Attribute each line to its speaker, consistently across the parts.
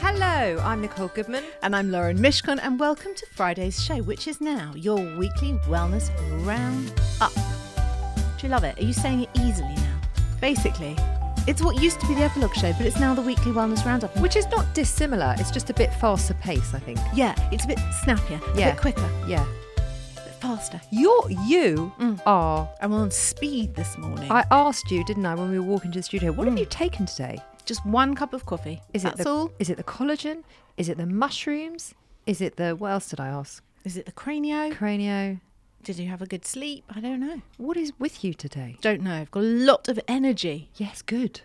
Speaker 1: Hello, I'm Nicole Goodman.
Speaker 2: And I'm Lauren Mishkon, and welcome to Friday's show, which is now your weekly wellness round up. Do you love it? Are you saying it easily now? Basically, it's what used to be the epilogue show, but it's now the weekly wellness roundup.
Speaker 1: Which is not dissimilar, it's just a bit faster pace, I think.
Speaker 2: yeah, it's a bit snappier,
Speaker 1: Yeah.
Speaker 2: a bit quicker,
Speaker 1: Yeah.
Speaker 2: a bit faster.
Speaker 1: You're, you
Speaker 3: Mm.
Speaker 1: are.
Speaker 2: I'm on speed this morning.
Speaker 1: I asked you, didn't I, when we were walking to the studio, what have you taken today?
Speaker 2: Just one cup of coffee.
Speaker 1: Is
Speaker 2: Hmm. That's
Speaker 1: it the,
Speaker 2: all?
Speaker 1: Is it the collagen? Is it the mushrooms? Is it the, what else did I ask?
Speaker 2: Is it the cranio?
Speaker 1: Cranio.
Speaker 2: Did you have a good sleep? I don't know.
Speaker 1: What is with you today?
Speaker 2: Don't know. I've got a lot of energy.
Speaker 1: Yes, good.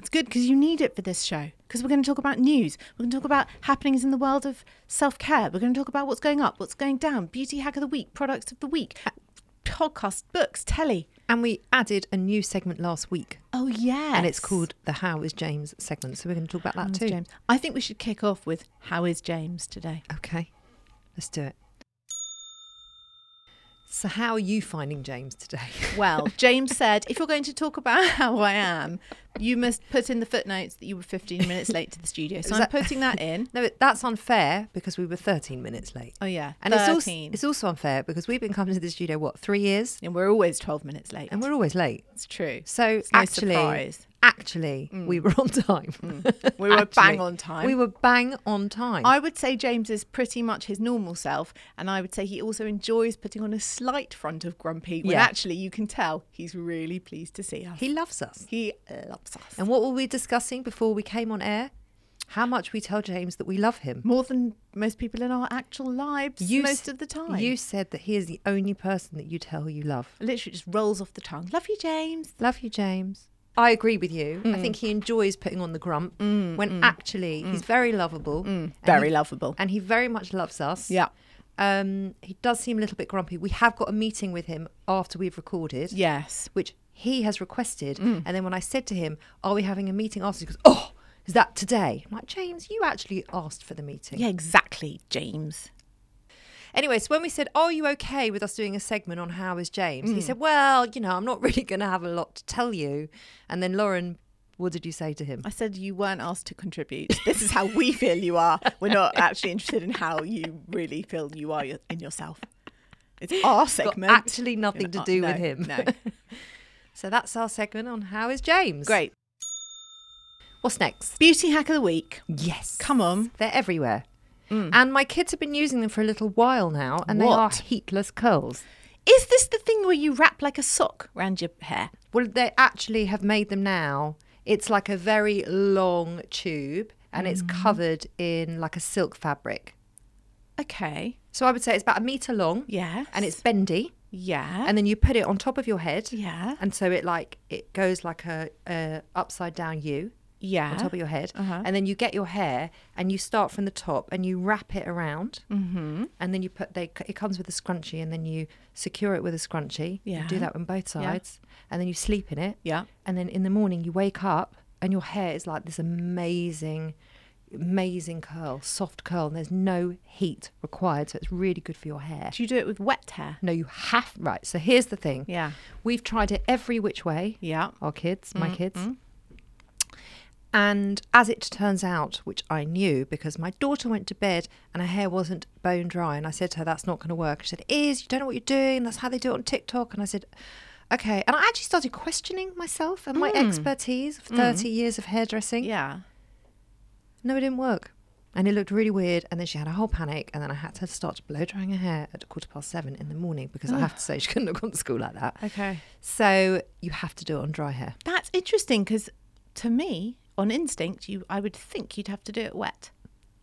Speaker 2: It's good because you need it for this show. Because we're going to talk about news. We're going to talk about happenings in the world of self care. We're going to talk about what's going up, what's going down, beauty hack of the week, products of the week, podcasts, books, telly.
Speaker 1: And we added a new segment last week,
Speaker 2: Oh, yeah.
Speaker 1: and it's called the How is James segment. So we're going to talk about that too.
Speaker 2: James. I think we should kick off with How is James today?
Speaker 1: Okay, let's do it. So, how are you finding James today?
Speaker 2: Well, James said, if you're going to talk about how I am, you must put in the footnotes that you were 15 minutes late to the studio. So
Speaker 1: Is
Speaker 2: I'm
Speaker 1: that-
Speaker 2: putting that in.
Speaker 1: no, but that's unfair because we were 13 minutes late.
Speaker 2: Oh, yeah.
Speaker 1: And it's also,
Speaker 2: 13.
Speaker 1: it's also unfair because we've been coming to the studio, what, three years?
Speaker 2: And we're always 12 minutes late.
Speaker 1: And we're always late.
Speaker 2: it's true.
Speaker 1: So,
Speaker 2: It's no
Speaker 1: actually,
Speaker 2: surprise. Mm.
Speaker 1: actually, we were on time.
Speaker 2: We were
Speaker 1: Actually,
Speaker 2: bang on time.
Speaker 1: We were bang on time.
Speaker 2: I would say James is pretty much his normal self, and I would say he also enjoys putting on a slight front of grumpy when
Speaker 1: Yeah.
Speaker 2: actually you can tell he's really pleased to see us.
Speaker 1: he loves us.
Speaker 2: He loves us.
Speaker 1: And what were we discussing before we came on air? How much we tell James that we love him.
Speaker 2: More than most people in our actual lives most
Speaker 1: s-
Speaker 2: of the time.
Speaker 1: You said that he is the only person that you tell you love.
Speaker 2: Literally just rolls off the tongue. Love you, James.
Speaker 1: Love you, James. I agree with you. I think he enjoys putting on the grump when actually he's very lovable. and
Speaker 2: Very
Speaker 1: he-
Speaker 2: lovable.
Speaker 1: And he very much loves us.
Speaker 2: Yeah.
Speaker 1: Um, he does seem a little bit grumpy. We have got a meeting with him after we've recorded,
Speaker 2: Yes.
Speaker 1: which he has requested. And then when I said to him, Are we having a meeting after? He goes, Oh, is that today? I'm like, James, you actually asked for the meeting.
Speaker 2: Yeah, exactly, James.
Speaker 1: Anyway, so when we said, Are you okay with us doing a segment on How is James?
Speaker 2: Hmm.
Speaker 1: He said, Well, you know, I'm not really going to have a lot to tell you. And then Lauren, what did you say to him?
Speaker 2: I said you weren't asked to contribute. This is how we feel you are. We're not actually interested in how you really feel you are your- in yourself. It's our segment.
Speaker 1: actually nothing to
Speaker 2: You're not-
Speaker 1: do with
Speaker 2: no,
Speaker 1: him.
Speaker 2: No.
Speaker 1: So that's our segment on How is James?
Speaker 2: Great.
Speaker 1: What's next?
Speaker 2: Beauty hack of the week.
Speaker 1: Yes.
Speaker 2: Come on.
Speaker 1: They're everywhere. And my kids have been using them for a little while now, and they are
Speaker 2: Mm. What?
Speaker 1: heatless curls.
Speaker 2: Is this the thing where you wrap like a sock around your hair?
Speaker 1: Well, they actually have made them now. It's like a very long tube, and it's
Speaker 2: Mm.
Speaker 1: covered in like a silk fabric.
Speaker 2: Okay.
Speaker 1: So I would say it's about a meter long.
Speaker 2: Yes.
Speaker 1: And it's bendy.
Speaker 2: Yeah.
Speaker 1: and then you put it on top of your head.
Speaker 2: Yeah.
Speaker 1: And so it like it goes like a, a upside down U
Speaker 2: yeah. Uh-huh.
Speaker 1: on top of your head, and then you get your hair and you start from the top and you wrap it around, mm-hmm. and then you put they it comes with a scrunchie and then you secure it with a scrunchie. You do
Speaker 2: Yeah.
Speaker 1: that on both sides, and then you sleep in it.
Speaker 2: Yeah.
Speaker 1: And then in the morning you wake up and your hair is like this amazing. Amazing curl, soft curl, and there's no heat required, so it's really good for your hair.
Speaker 2: Do you do it with wet hair?
Speaker 1: No, you have right. So here's the thing.
Speaker 2: Yeah.
Speaker 1: We've tried it every which way.
Speaker 2: Yeah. Mm-hmm.
Speaker 1: Our kids, my kids. And as it turns out, which I knew because my daughter went to bed and her hair wasn't bone dry, and I said to her, "That's not going to work." She said, "It is. You don't know what you're doing. That's how they do it on TikTok." And I said, Okay. And I actually started questioning myself and my
Speaker 2: Hmm.
Speaker 1: expertise of 30 years of hairdressing.
Speaker 2: Yeah.
Speaker 1: No, it didn't work. And it looked really weird. And then she had a whole panic. And then I had to start blow drying her hair at quarter past seven in the morning because I have to say she couldn't have gone to school like that.
Speaker 2: Okay.
Speaker 1: So you have to do it on dry hair.
Speaker 2: That's interesting because to me, on instinct, you I would think you'd have to do it wet.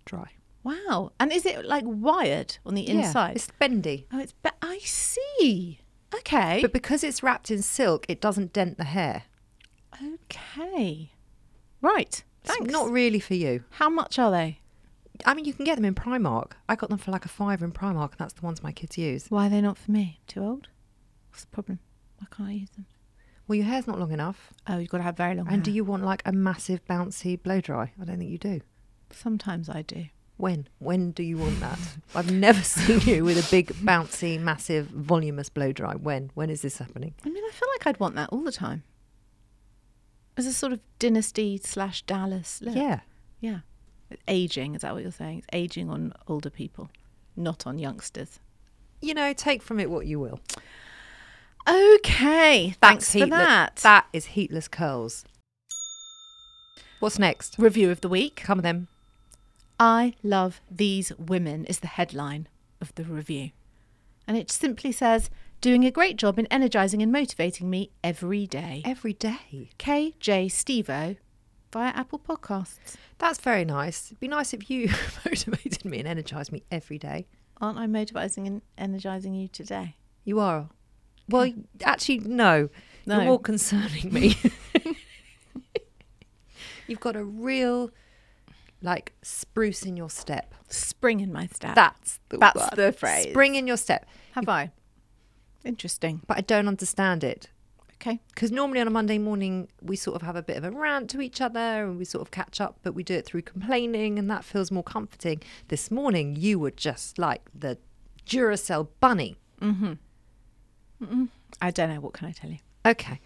Speaker 1: Dry.
Speaker 2: Wow. And is it like wired on the inside?
Speaker 1: It's bendy.
Speaker 2: oh, it's. But I see. Okay.
Speaker 1: But because it's wrapped in silk, it doesn't dent the hair.
Speaker 2: okay. Right. Thanks.
Speaker 1: It's not really for you.
Speaker 2: How much are they?
Speaker 1: I mean, you can get them in Primark. I got them for like a five in Primark, and that's the ones my kids use.
Speaker 2: Why are they not for me? Too old? What's the problem? Why can't I use them?
Speaker 1: Well, your hair's not long enough.
Speaker 2: Oh, you've got to have very long.
Speaker 1: And do you want like a massive, bouncy blow dry? I don't think you do.
Speaker 2: Sometimes I do.
Speaker 1: When? When do you want that? I've never seen you with a big, bouncy, massive, voluminous blow dry. When? When is this happening?
Speaker 2: I mean, I feel like I'd want that all the time. As a sort of dynasty slash Dallas look.
Speaker 1: Yeah.
Speaker 2: Yeah. Aging, is that what you're saying? It's aging on older people, not on youngsters.
Speaker 1: You know, take from it what you will.
Speaker 2: Okay. Thanks
Speaker 1: That's
Speaker 2: for
Speaker 1: heatless-
Speaker 2: that.
Speaker 1: That is heatless curls. What's next?
Speaker 2: Review of the week.
Speaker 1: Come with them.
Speaker 2: I love these women is the headline of the review. And it simply says, doing a great job in energizing and motivating me every day.
Speaker 1: Every day.
Speaker 2: KJ Stevo via Apple Podcasts.
Speaker 1: That's very nice. It'd be nice if you motivated me and energised me every day.
Speaker 2: Aren't I motivating and energizing you today?
Speaker 1: You are. Well, actually, no.
Speaker 2: Mm. No.
Speaker 1: You're more concerning me. You've got a real, like, spruce in your step.
Speaker 2: Spring in my step.
Speaker 1: That's the
Speaker 2: That's
Speaker 1: word.
Speaker 2: the phrase.
Speaker 1: Spring in your step.
Speaker 2: Have I? Interesting.
Speaker 1: But I don't understand it.
Speaker 2: Okay.
Speaker 1: Because normally on a Monday morning, we sort of have a bit of a rant to each other and we sort of catch up, but we do it through complaining, and that feels more comforting. This morning, you were just like the Duracell bunny.
Speaker 2: I don't know. What can I tell you?
Speaker 1: Okay.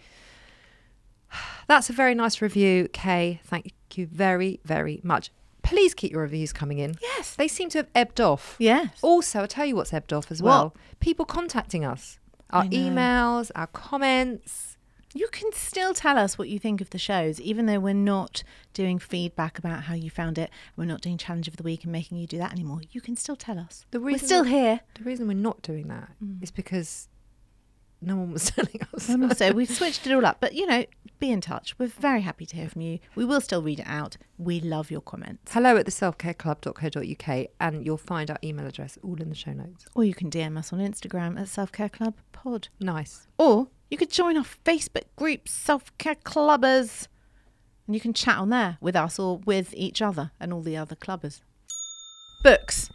Speaker 1: That's a very nice review, Kay. Thank you very, very much. Please keep your reviews coming in.
Speaker 2: Yes.
Speaker 1: They seem to have ebbed off.
Speaker 2: Yes.
Speaker 1: Also, I'll tell you what's ebbed off as
Speaker 2: What?
Speaker 1: well. People contacting us. Our
Speaker 2: I know.
Speaker 1: emails, our comments.
Speaker 2: You can still tell us what you think of the shows, even though we're not doing feedback about how you found it. We're not doing challenge of the week and making you do that anymore. You can still tell us.
Speaker 1: The
Speaker 2: we're
Speaker 1: reason
Speaker 2: still
Speaker 1: that-
Speaker 2: here.
Speaker 1: The reason we're not doing that is
Speaker 2: Mm.
Speaker 1: because no one was telling us.
Speaker 2: And also, we've switched it all up, but you know, be in touch. We're very happy to hear from you. We will still read it out. We love your comments.
Speaker 1: Hello at the selfcareclub.co.uk and you'll find our email address all in the show notes.
Speaker 2: Or you can DM us on Instagram at Self Care Club Pod.
Speaker 1: Nice.
Speaker 2: Or you could join our Facebook group, Self Care Clubbers. And you can chat on there with us or with each other and all the other clubbers. Books.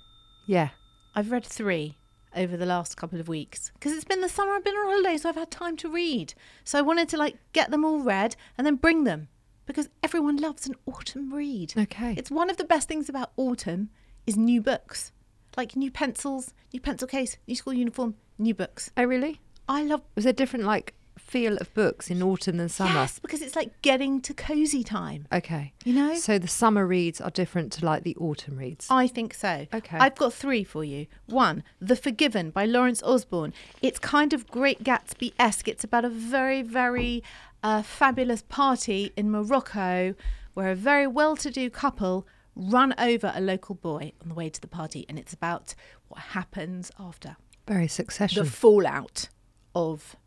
Speaker 1: Yeah.
Speaker 2: I've read three over the last couple of weeks because it's been the summer. I've been on holiday, so I've had time to read. So I wanted to like get them all read and then bring them because everyone loves an autumn read.
Speaker 1: Okay.
Speaker 2: It's one of the best things about autumn is new books, like new pencils, new pencil case, new school uniform, new books.
Speaker 1: oh, really?
Speaker 2: I love
Speaker 1: Was there different like feel of books in autumn than summer?
Speaker 2: yes because it's like getting to cozy time.
Speaker 1: Okay.
Speaker 2: You know?
Speaker 1: So the summer reads are different to like the autumn reads.
Speaker 2: I think so.
Speaker 1: Okay.
Speaker 2: I've got three for you. One, The Forgiven by Lawrence Osborne. It's kind of Great Gatsby esque. It's about a very, very uh, fabulous party in Morocco where a very well to do couple run over a local boy on the way to the party. And it's about what happens after
Speaker 1: Very succession.
Speaker 2: the fallout of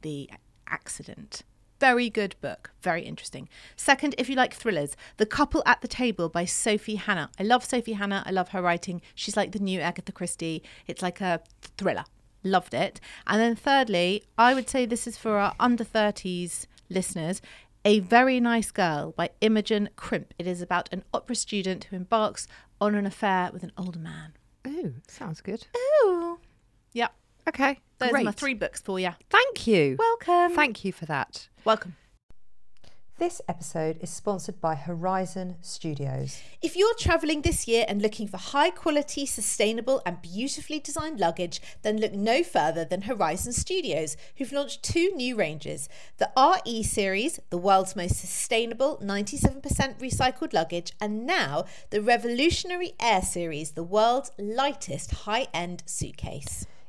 Speaker 2: the accident. Very good book, very interesting. Second, if you like thrillers, The Couple at the Table by Sophie Hannah. I love Sophie Hannah, I love her writing. She's like the new Agatha Christie. It's like a thriller. Loved it. And then thirdly, I would say this is for our under 30s listeners. A Very Nice Girl by Imogen Crimp. It is about an opera student who embarks on an affair with an older man.
Speaker 1: oh, sounds good.
Speaker 2: Ooh. Yep.
Speaker 1: Okay.
Speaker 2: Those are my
Speaker 1: great.
Speaker 2: three books for you.
Speaker 1: Thank you.
Speaker 2: Welcome.
Speaker 1: Thank you for that.
Speaker 2: Welcome.
Speaker 1: This episode is sponsored by Horizon Studios.
Speaker 4: If you're travelling this year and looking for high quality, sustainable, and beautifully designed luggage, then look no further than Horizon Studios, who've launched two new ranges the RE series, the world's most sustainable 97% recycled luggage, and now the revolutionary Air series, the world's lightest high end suitcase.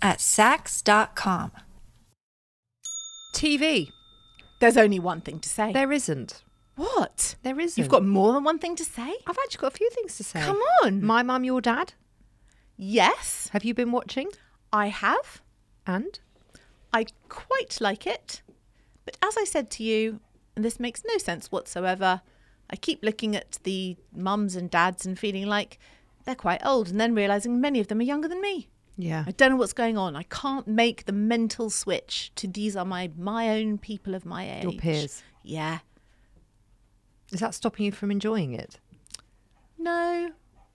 Speaker 3: at Sax.com.
Speaker 1: TV.
Speaker 2: There's only one thing to say.
Speaker 1: There isn't.
Speaker 2: what?
Speaker 1: There isn't.
Speaker 2: You've got more than one thing to say?
Speaker 1: I've actually got a few things to say.
Speaker 2: Come on.
Speaker 1: My mum, your dad.
Speaker 2: Yes,
Speaker 1: Have you been watching?
Speaker 2: I have.
Speaker 1: And?
Speaker 2: I quite like it. But as I said to you, and this makes no sense whatsoever, I keep looking at the mums and dads and feeling like they're quite old and then realizing many of them are younger than me.
Speaker 1: Yeah.
Speaker 2: I don't know what's going on. I can't make the mental switch to these are my my own people of my age.
Speaker 1: Your peers.
Speaker 2: Yeah.
Speaker 1: Is that stopping you from enjoying it?
Speaker 2: No,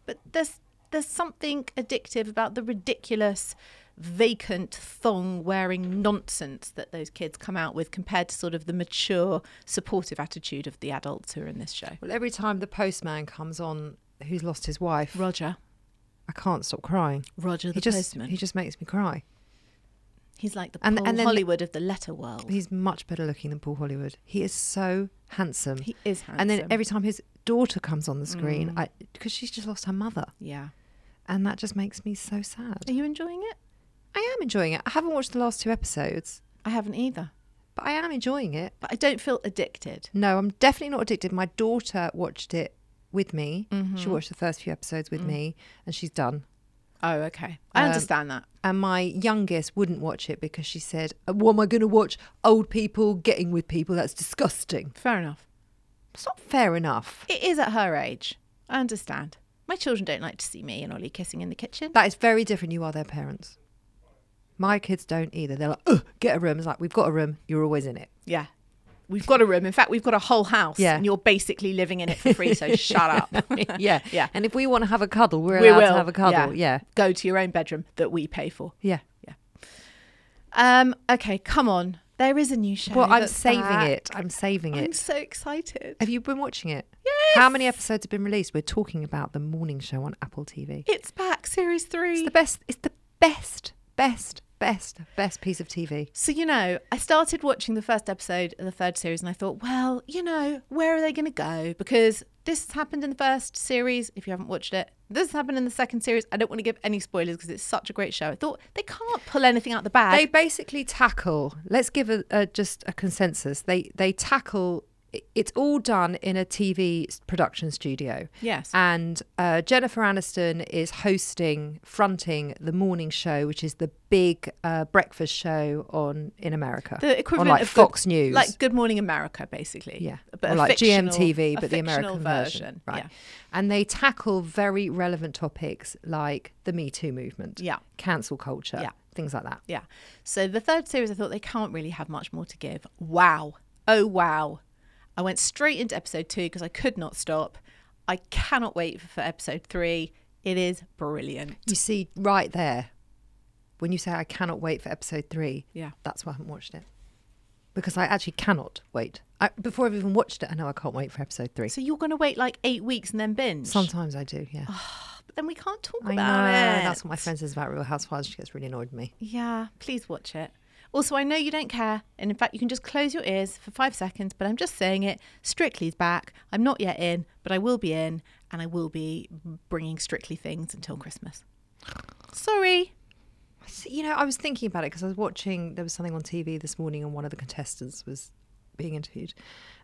Speaker 2: but there's there's something addictive about the ridiculous vacant thong wearing nonsense that those kids come out with compared to sort of the mature supportive attitude of the adults who are in this show.
Speaker 1: Well, every time the postman comes on who's lost his wife,
Speaker 2: Roger,
Speaker 1: I can't stop crying.
Speaker 2: Roger
Speaker 1: He
Speaker 2: the
Speaker 1: just,
Speaker 2: postman.
Speaker 1: he just makes me cry.
Speaker 2: He's like the
Speaker 1: And-
Speaker 2: Paul
Speaker 1: and then-
Speaker 2: Hollywood of the letter world.
Speaker 1: He's much better looking than Paul Hollywood. He is so handsome.
Speaker 2: He is
Speaker 1: And then
Speaker 2: handsome.
Speaker 1: every time his daughter comes on the screen, I because she's just lost her mother,
Speaker 2: Yeah.
Speaker 1: and that just makes me so sad.
Speaker 2: Are you enjoying it?
Speaker 1: I am enjoying it. I haven't watched the last two episodes,
Speaker 2: I haven't either.
Speaker 1: but I am enjoying it.
Speaker 2: But I don't feel addicted.
Speaker 1: No, I'm definitely not addicted. My daughter watched it with me. She watched the first few episodes with me, and she's done.
Speaker 2: Oh, okay. I
Speaker 1: Um,
Speaker 2: understand that.
Speaker 1: And my youngest wouldn't watch it because she said, "Uh, "What am I going to watch? Old people getting with people? That's disgusting.
Speaker 2: Fair enough.
Speaker 1: It's not fair enough."
Speaker 2: It is at her age. I understand. My children don't like to see me and Ollie kissing in the kitchen.
Speaker 1: That is very different. You are their parents. My kids don't either. They're like, Ugh, get a room. It's like, we've got a room. You're always in it.
Speaker 2: Yeah. We've got a room. In fact, we've got a whole house.
Speaker 1: Yeah.
Speaker 2: And you're basically living in it for free, so shut up.
Speaker 1: yeah.
Speaker 2: Yeah.
Speaker 1: And if we want to have a cuddle, we're
Speaker 2: we
Speaker 1: allowed
Speaker 2: will
Speaker 1: to have a cuddle. Yeah.
Speaker 2: Go to your own bedroom that we pay for.
Speaker 1: Yeah.
Speaker 2: Um, okay, come on. There is a new show.
Speaker 1: Well, I'm
Speaker 2: that's
Speaker 1: saving
Speaker 2: back.
Speaker 1: it. I'm saving
Speaker 2: I'm
Speaker 1: it.
Speaker 2: so excited.
Speaker 1: Have you been watching it? Yes. How many episodes have been released? We're talking about the morning show on Apple TV.
Speaker 2: It's back, series
Speaker 1: It's
Speaker 2: three.
Speaker 1: the best. It's the best, best, best, best piece of TV.
Speaker 2: So, you know, I started watching the first episode of the third series and I thought, well, you know, where are they going to go? Because this has happened in the first series, if you haven't watched it. This has happened in the second series. I don't want to give any spoilers because it's such a great show. I thought they can't pull anything out the bag.
Speaker 1: They basically tackle. Let's give a, a just a consensus. They they tackle. i- It's all done in a TV s- production studio.
Speaker 2: Yes.
Speaker 1: And uh, Jennifer Aniston is hosting, fronting the morning show, which is the big uh, breakfast show on in America.
Speaker 2: the equivalent
Speaker 1: on like
Speaker 2: of Good-
Speaker 1: Fox News,
Speaker 2: like Good Morning America, basically.
Speaker 1: yeah,
Speaker 2: but a
Speaker 1: or like
Speaker 2: fictional-
Speaker 1: GMTV,
Speaker 2: a
Speaker 1: but the
Speaker 2: fictional
Speaker 1: American version, right?
Speaker 2: Yeah.
Speaker 1: And they tackle very relevant topics like the Me Too movement,
Speaker 2: Yeah.
Speaker 1: cancel culture,
Speaker 2: Yeah.
Speaker 1: things like that.
Speaker 2: Yeah. So the third series, I thought they can't really have much more to give. Wow. Oh, wow. I went straight into episode two because I could not stop. I cannot wait for episode three. It is brilliant.
Speaker 1: You see, right there, when you say I cannot wait for episode three,
Speaker 2: Yeah.
Speaker 1: that's why I haven't watched it. because I actually cannot wait. I, before I've even watched it, I know I can't wait for episode three.
Speaker 2: So you're going to wait like eight weeks and then binge.
Speaker 1: Sometimes I do, yeah.
Speaker 2: But then we can't talk
Speaker 1: I know.
Speaker 2: about it.
Speaker 1: That's what my friend says about Real Housewives. She gets really annoyed with me.
Speaker 2: Yeah, please watch it. Also, I know you don't care, and in fact, you can just close your ears for five seconds, but I'm just saying it. Strictly's back. I'm not yet in, but I will be in, and I will be bringing Strictly things until Christmas. Sorry.
Speaker 1: So, you know, I was thinking about it because I was watching, there was something on TV this morning and one of the contestants was being interviewed.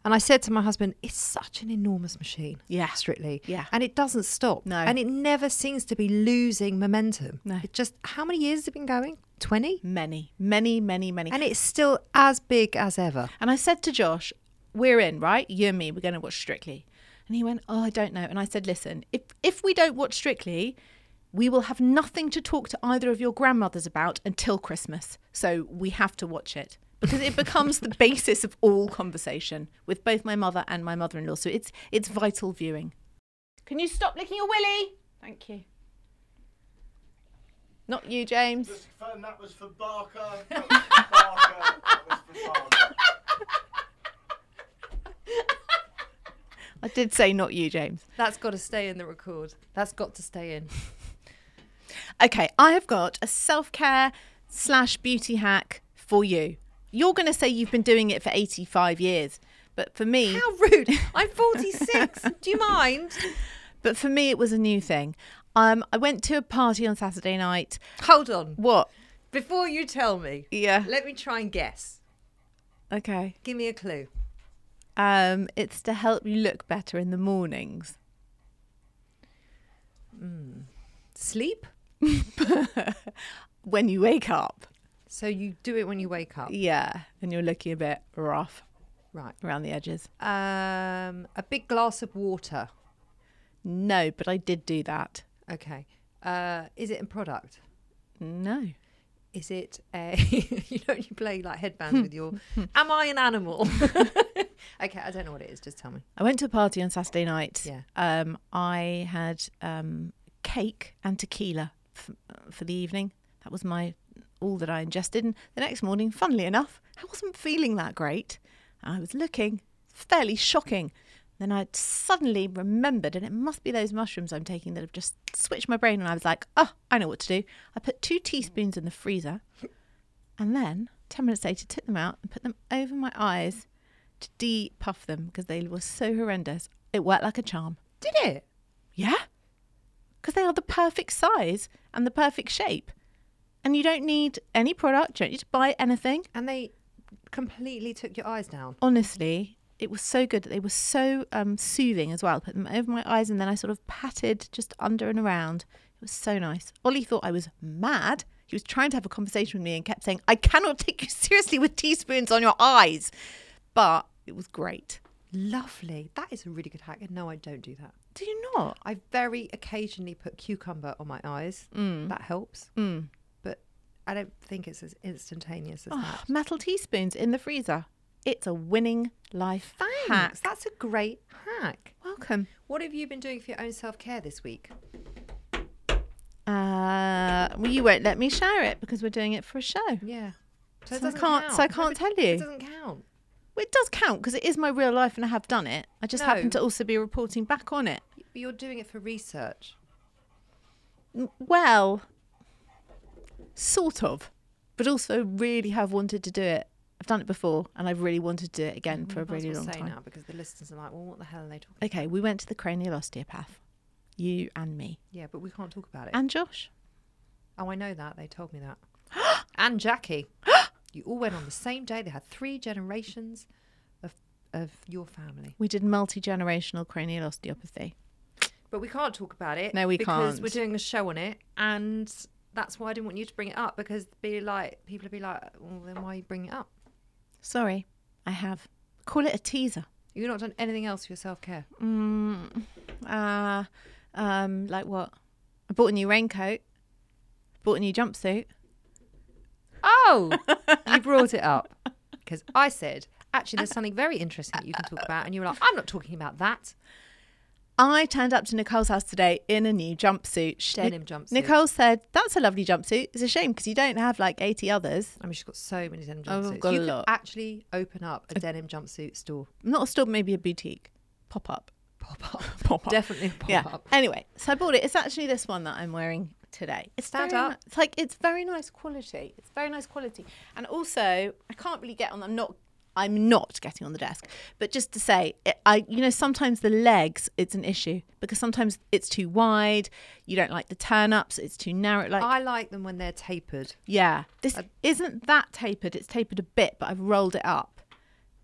Speaker 1: And I said to my husband, it's such an enormous machine.
Speaker 2: Yeah.
Speaker 1: Strictly.
Speaker 2: Yeah.
Speaker 1: And it doesn't stop.
Speaker 2: No.
Speaker 1: And it never seems to be losing momentum.
Speaker 2: No.
Speaker 1: It just, how many years has it been going? 20?
Speaker 2: Many, many, many, many.
Speaker 1: And it's still as big as ever.
Speaker 2: And I said to Josh, "We're in, right? You and me. We're going to watch Strictly." And he went, "Oh, I don't know." And I said, "Listen, if if we don't watch Strictly, we will have nothing to talk to either of your grandmothers about until Christmas. So we have to watch it." Because it becomes the basis of all conversation with both my mother and my mother-in-law, so it's it's vital viewing. Can you stop licking your willy? Thank you. Not you, James.
Speaker 5: Just confirm that was for Barker. That was for Barker. That was for Barker.
Speaker 2: I did say not you, James.
Speaker 1: That's got to stay in the record. That's got to stay in.
Speaker 2: Okay, I have got a self care slash beauty hack for you. You're going to say you've been doing it for 85 years, but for me,
Speaker 1: How rude. I'm 46. Do you mind?
Speaker 2: but for me, it was a new thing. Um, I went to a party on Saturday night.
Speaker 1: Hold on.
Speaker 2: What?
Speaker 1: Before you tell me,
Speaker 2: Yeah.
Speaker 1: let me try and guess.
Speaker 2: Okay.
Speaker 1: Give me a clue.
Speaker 2: Um, it's to help you look better in the mornings.
Speaker 1: Sleep?
Speaker 2: when you wake up,
Speaker 1: So you do it when you wake up.
Speaker 2: yeah, and you're looking a bit rough
Speaker 1: Right.
Speaker 2: around the edges.
Speaker 1: Um, a big glass of water.
Speaker 2: No, but I did do that.
Speaker 1: Okay. Uh, is it a product?
Speaker 2: No.
Speaker 1: Is it a. you know, you play like headbands with your. Am I an animal? okay, I don't know what it is. Just tell me.
Speaker 2: I went to a party on Saturday night.
Speaker 1: Yeah.
Speaker 2: Um, I had um, cake and tequila f- uh, for the evening. That was my all that I ingested. And the next morning, funnily enough, I wasn't feeling that great. I was looking fairly shocking. Then I suddenly remembered, and it must be those mushrooms I'm taking that have just switched my brain. And I was like, oh, I know what to do. I put two teaspoons in the freezer, and then 10 minutes later, took them out and put them over my eyes to depuff them because they were so horrendous. It worked like a charm.
Speaker 1: Did it?
Speaker 2: Yeah. Because they are the perfect size and the perfect shape. And you don't need any product, you don't need to buy anything.
Speaker 1: And they completely took your eyes down.
Speaker 2: Honestly, it was so good. They were so um, soothing as well. Put them over my eyes and then I sort of patted just under and around. It was so nice. Ollie thought I was mad. He was trying to have a conversation with me and kept saying, I cannot take you seriously with teaspoons on your eyes. But it was great.
Speaker 1: Lovely. That is a really good hack. And no, I don't do that.
Speaker 2: Do you not?
Speaker 1: I very occasionally put cucumber on my eyes.
Speaker 2: Mm.
Speaker 1: That helps. But I don't think it's as instantaneous as
Speaker 2: Oh,
Speaker 1: that.
Speaker 2: Ah, metal teaspoons in the freezer. It's a winning life hack.
Speaker 1: Thanks. That's a great hack.
Speaker 2: Welcome.
Speaker 1: What have you been doing for your own self care this week?
Speaker 2: Uh, well, you won't let me share it because we're doing it for a show.
Speaker 1: Yeah.
Speaker 2: So I can't- so I can't
Speaker 1: it-
Speaker 2: tell you.
Speaker 1: It doesn't count.
Speaker 2: Well, it does count because it is my real life and I have done it. I just
Speaker 1: No.
Speaker 2: happen to also be reporting back on it.
Speaker 1: Y- You're doing it for research.
Speaker 2: M- Mm, Well, sort of, but also really have wanted to do it. I've done it before and I've really wanted to do it again for a
Speaker 1: Mm, Might as
Speaker 2: really
Speaker 1: well
Speaker 2: long
Speaker 1: say
Speaker 2: time.
Speaker 1: now because the listeners are like, well, what the hell are they talking?
Speaker 2: Okay, we went to the cranial osteopath, you and me,
Speaker 1: Yeah, but we can't talk about it.
Speaker 2: and Josh.
Speaker 1: oh, I know that. They told me that. and Jackie, you all went on the same day. They had three generations of of your family,
Speaker 2: We did multi generational cranial osteopathy.
Speaker 1: but we can't talk about it.
Speaker 2: No, we
Speaker 1: because
Speaker 2: can't.
Speaker 1: we're doing a show on it, and that's why I didn't want you to bring it up because be like people would be like, well, then why are you bringing it up?
Speaker 2: Sorry, I have. Call it a teaser.
Speaker 1: You've not done anything else for your self care.
Speaker 2: Uh, um, like what? I bought a new raincoat. Bought a new jumpsuit.
Speaker 1: Oh, you brought it up because I said, actually, there's something very interesting that you can talk about, and you were like, I'm not talking about that.
Speaker 6: I turned up to Nicole's house today in a new jumpsuit. Sh-
Speaker 1: Denim
Speaker 6: Nic-
Speaker 1: jumpsuit.
Speaker 6: Nicole said, That's a lovely jumpsuit. It's a shame because you don't have like 80 others.
Speaker 1: I mean, she's got so many denim
Speaker 6: Oh, I've
Speaker 1: jumpsuits.
Speaker 6: got
Speaker 1: you
Speaker 6: a
Speaker 1: could
Speaker 6: lot.
Speaker 1: actually open up a denim jumpsuit store.
Speaker 6: Not a store, maybe a boutique. Pop up.
Speaker 1: Pop up.
Speaker 6: Pop up.
Speaker 1: Definitely a pop
Speaker 6: yeah.
Speaker 1: up.
Speaker 6: Anyway, so I bought it. It's actually this one that I'm wearing today. It's
Speaker 1: Stand
Speaker 6: very
Speaker 1: up.
Speaker 6: ni- it's like it's very nice quality. It's very nice quality. And also, I can't really get on. I'm not. I'm not getting on the desk. But just to say, it, I you know sometimes the legs it's an issue because sometimes it's too wide. You don't like the turn ups. It's too narrow. Like
Speaker 1: I like them when they're tapered.
Speaker 6: yeah, this isn't that tapered. It's tapered a bit, but I've rolled it up.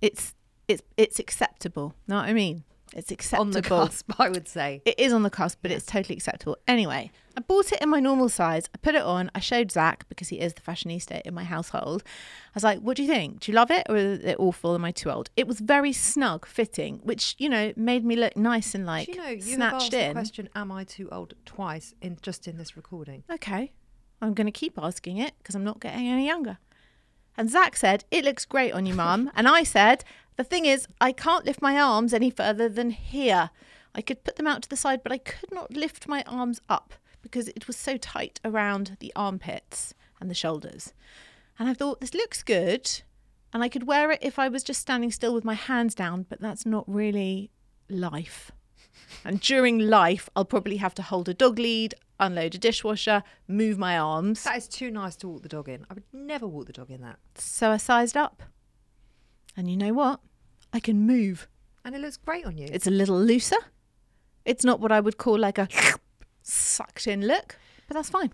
Speaker 6: It's it's it's acceptable. Know what I mean? It's acceptable.
Speaker 1: On the cusp, I would say.
Speaker 6: It is on the cusp, but it's totally acceptable. Anyway, I bought it in my normal size. I put it on. I showed Zach because he is the fashionista in my household. I was like, "What do you think? Do you love it, or is it awful? Am I too old?" It was very snug fitting, which you know made me look nice and like
Speaker 1: Do you know you have asked
Speaker 6: snatched
Speaker 1: the
Speaker 6: in.
Speaker 1: question, "Am I too old?" twice in just in this recording.
Speaker 6: Okay, I'm going to keep asking it because I'm not getting any younger. And Zach said, "It looks great on you, mum." and I said, "The thing is, I can't lift my arms any further than here. I could put them out to the side, but I could not lift my arms up because it was so tight around the armpits and the shoulders." And I thought, "This looks good." And I could wear it if I was just standing still with my hands down, but that's not really life. And during life, I'll probably have to hold a dog lead, unload a dishwasher, move my arms.
Speaker 1: That is too nice to walk the dog in. I would never walk the dog in that.
Speaker 6: So I sized up. And you know what? I can move.
Speaker 1: And it looks great on you.
Speaker 6: It's a little looser. It's not what I would call like a sucked in look, but that's fine.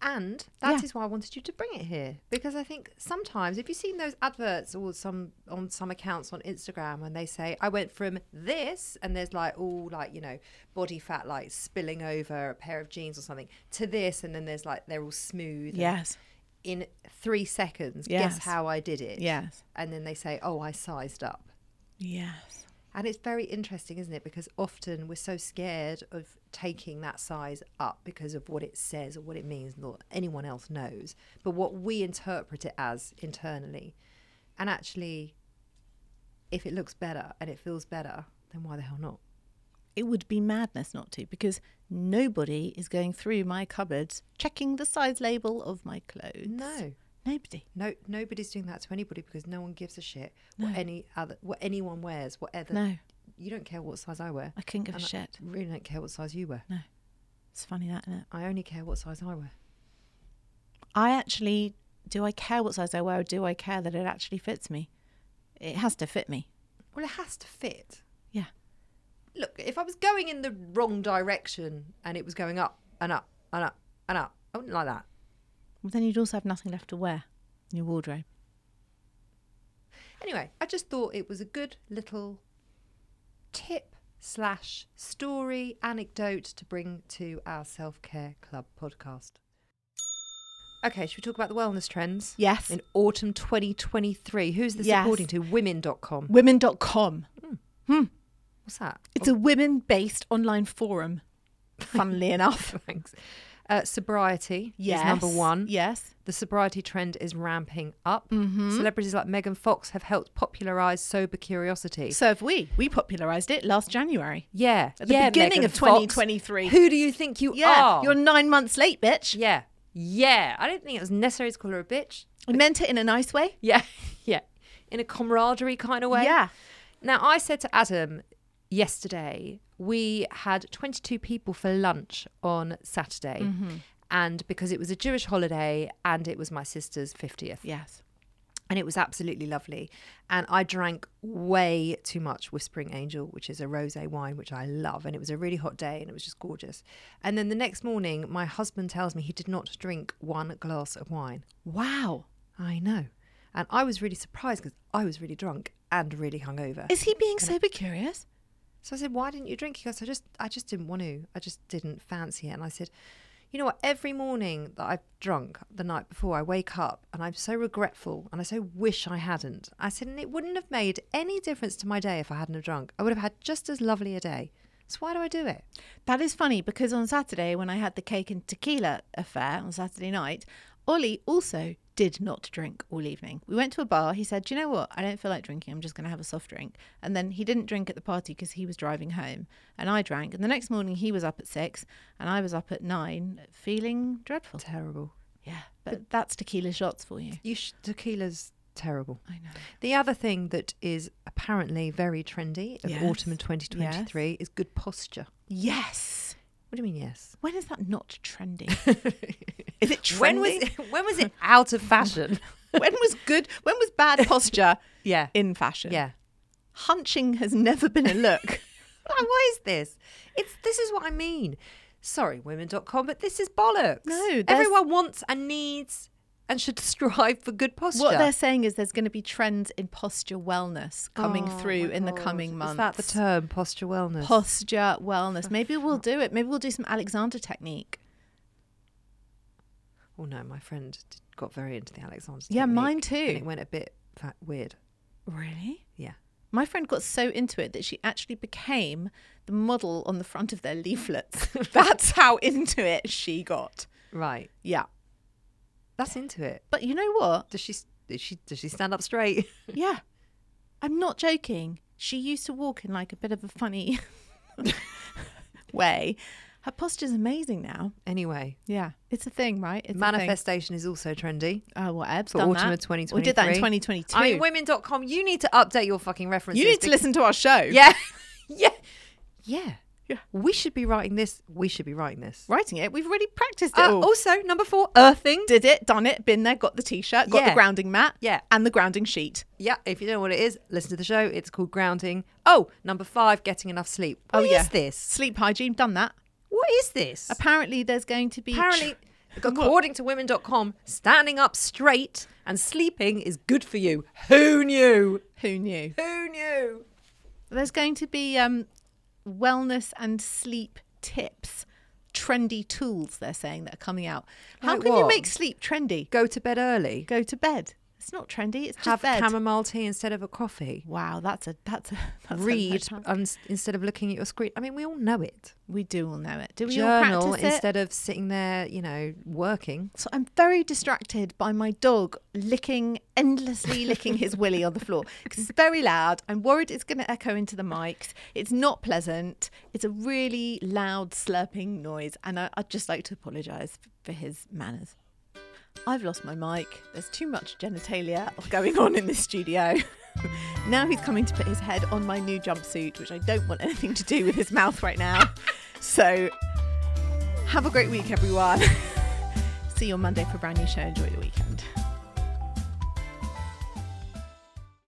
Speaker 1: and that is
Speaker 6: Yeah.
Speaker 1: why I wanted you to bring it here because I think sometimes if you've seen those adverts or some on some accounts on Instagram when they say I went from this and there's like all like you know body fat like spilling over a pair of jeans or something to this and then there's like they're all smooth and
Speaker 6: Yes.
Speaker 1: in three seconds
Speaker 6: Yes.
Speaker 1: guess how I did it
Speaker 6: Yes.
Speaker 1: and then they say oh I sized up
Speaker 6: Yes.
Speaker 1: and it's very interesting, isn't it? Because often we're so scared of taking that size up because of what it says or what it means, and what anyone else knows, but what we interpret it as internally. And actually, if it looks better and it feels better, then why the hell not?
Speaker 6: It would be madness not to because nobody is going through my cupboards checking the size label of my clothes.
Speaker 1: No.
Speaker 6: Nobody.
Speaker 1: No, nobody's doing that to anybody because no one gives a shit what any other, what anyone wears, whatever.
Speaker 6: No.
Speaker 1: you don't care what size I wear.
Speaker 6: I couldn't give
Speaker 1: And
Speaker 6: a
Speaker 1: I
Speaker 6: shit.
Speaker 1: Really don't care what size you wear.
Speaker 6: It's funny that, isn't it?
Speaker 1: I only care what size I wear.
Speaker 6: I actually do I care what size I wear or do I care that it actually fits me? It has to fit me.
Speaker 1: Well, it has to fit.
Speaker 6: Yeah.
Speaker 1: look, if I was going in the wrong direction and it was going up and up and up and up, I wouldn't like that.
Speaker 6: Well, then you'd also have nothing left to wear in your wardrobe.
Speaker 1: Anyway, I just thought it was a good little tip slash story anecdote to bring to our self care club podcast. Okay, should we talk about the wellness trends?
Speaker 6: Yes.
Speaker 1: In autumn 2023. Who's this
Speaker 6: Yes.
Speaker 1: according to? Women.com.
Speaker 6: Women.com.
Speaker 1: Hmm.
Speaker 6: Hmm.
Speaker 1: What's that?
Speaker 6: It's a women based online forum, funnily enough.
Speaker 1: Thanks. Uh, sobriety is number one.
Speaker 6: Yes.
Speaker 1: The sobriety trend is ramping up.
Speaker 6: Mm-hmm.
Speaker 1: Celebrities like Megan Fox have helped popularize sober curiosity.
Speaker 6: So have we. We popularised it last January.
Speaker 1: yeah,
Speaker 6: At the
Speaker 1: yeah,
Speaker 6: beginning
Speaker 1: Megan
Speaker 6: of
Speaker 1: Fox.
Speaker 6: 2023.
Speaker 1: Who do you think you
Speaker 6: Yeah.
Speaker 1: are?
Speaker 6: You're nine months late, bitch.
Speaker 1: yeah, yeah. I don't think it was necessary to call her a bitch.
Speaker 6: I meant it in a nice way.
Speaker 1: Yeah, yeah. In a camaraderie kind of way.
Speaker 6: Yeah.
Speaker 1: Now I said to Adam yesterday we had 22 people for lunch on Saturday, and because it was a Jewish holiday and it was my sister's 50th.
Speaker 6: Yes.
Speaker 1: and it was absolutely lovely. And I drank way too much Whispering Angel, which is a rosé wine which I love, and it was a really hot day and it was just gorgeous. And then the next morning, my husband tells me he did not drink one glass of wine.
Speaker 6: Wow.
Speaker 1: I know, and I was really surprised because I was really drunk and really hungover.
Speaker 6: Is he being sober curious?
Speaker 1: So I said, "Why didn't you drink?" He goes, "I just, I just didn't want to. I just didn't fancy it." And I said, "You know what? Every morning that I've drunk the night before, I wake up and I'm so regretful, and I so wish I hadn't." I said, "And it wouldn't have made any difference to my day if I hadn't have drunk. I would have had just as lovely a day. So why do I do it?"
Speaker 6: That is funny because on Saturday, when I had the cake and tequila affair on Saturday night, Ollie also did not drink all evening. We went to a bar. He said, Do you know what? I don't feel like drinking. I'm just going to have a soft drink. And then he didn't drink at the party because he was driving home. And I drank. And the next morning, he was up at six and I was up at nine, feeling dreadful.
Speaker 1: Terrible.
Speaker 6: Yeah. But, that's tequila shots for you.
Speaker 1: You sh- tequila's terrible.
Speaker 6: I know.
Speaker 1: The other thing that is apparently very trendy of
Speaker 6: Yes.
Speaker 1: autumn in 2023 is good posture.
Speaker 6: Yes.
Speaker 1: What do you mean, yes?
Speaker 6: When is that not trendy? is it trendy?
Speaker 1: When was it, when was it out of fashion?
Speaker 6: when was good? When was bad posture
Speaker 1: yeah.
Speaker 6: in fashion?
Speaker 1: yeah.
Speaker 6: Hunching has never been a look.
Speaker 1: Like, what is this? It's this is what I mean. Sorry, women.com, but this is bollocks.
Speaker 6: No, there's-
Speaker 1: everyone wants and needs and should strive for good posture.
Speaker 6: What they're saying is there's going to be trends in posture wellness coming
Speaker 1: Oh
Speaker 6: through
Speaker 1: my
Speaker 6: in the
Speaker 1: God.
Speaker 6: coming months.
Speaker 1: Is that the term, posture wellness?
Speaker 6: Posture wellness. Maybe we'll do it. Maybe we'll do some Alexander technique.
Speaker 1: oh no, my friend d- got very into the Alexander.
Speaker 6: Yeah,
Speaker 1: technique,
Speaker 6: mine too.
Speaker 1: And it went a bit fa- weird.
Speaker 6: Really?
Speaker 1: Yeah.
Speaker 6: My friend got so into it that she actually became the model on the front of their leaflets. That's how into it she got.
Speaker 1: Right.
Speaker 6: Yeah.
Speaker 1: That's into it.
Speaker 6: But you know what?
Speaker 1: Does she? s- Does she? Does she stand up straight?
Speaker 6: Yeah. I'm not joking. She used to walk in like a bit of a funny way. Her posture's amazing now.
Speaker 1: Anyway,
Speaker 6: Yeah. It's a thing, right? It's a thing.
Speaker 1: manifestation is also trendy.
Speaker 6: Oh, what Eb's
Speaker 1: For
Speaker 6: done
Speaker 1: autumn
Speaker 6: that.
Speaker 1: of 2023.
Speaker 6: We did that in 2022.
Speaker 1: I mean, women.com, you need to update your fucking references.
Speaker 6: you need to
Speaker 1: because-
Speaker 6: listen to our show.
Speaker 1: Yeah. yeah. Yeah.
Speaker 6: Yeah.
Speaker 1: We should be writing this. We should be writing this.
Speaker 6: Writing it, we've already practiced it
Speaker 1: Uh,
Speaker 6: all.
Speaker 1: also, number four, earthing.
Speaker 6: Did it, done it, been there, got the t-shirt, got
Speaker 1: Yeah.
Speaker 6: the grounding mat,
Speaker 1: Yeah.
Speaker 6: and the grounding sheet.
Speaker 1: Yeah, if you don't know what it is, listen to the show. It's called grounding. Oh, number five, getting enough sleep. What
Speaker 6: oh
Speaker 1: is
Speaker 6: yeah,
Speaker 1: this?
Speaker 6: sleep hygiene, done that.
Speaker 1: What is this?
Speaker 6: Apparently, there's going to be
Speaker 1: Apparently, according to women.com, standing up straight and sleeping is good for you. Who knew?
Speaker 6: who knew?
Speaker 1: Who knew?
Speaker 6: There's going to be um, wellness and sleep tips, trendy tools. They're saying that are coming out. How
Speaker 1: Like
Speaker 6: can you
Speaker 1: what?
Speaker 6: make sleep trendy?
Speaker 1: Go to bed early.
Speaker 6: Go to bed. It's not trendy. It's just
Speaker 1: Have
Speaker 6: bed.
Speaker 1: chamomile tea instead of a coffee.
Speaker 6: wow, that's a that's a that's a-
Speaker 1: Read un- instead of looking at your screen. I mean, we all know it.
Speaker 6: We do all know it. Do we all
Speaker 1: journal
Speaker 6: practice it?
Speaker 1: instead of sitting there, you know, working.
Speaker 6: So I'm very distracted by my dog licking, endlessly licking his willy on the floor because it's very loud. I'm worried it's going to echo into the mics. It's not pleasant. It's a really loud slurping noise. And I, I'd just like to apologise f- for his manners. I've lost my mic. There's too much genitalia going on in this studio. now he's coming to put his head on my new jumpsuit, which I don't want anything to do with his mouth right now. So have a great week, everyone. See you on Monday for a brand new show. Enjoy your weekend.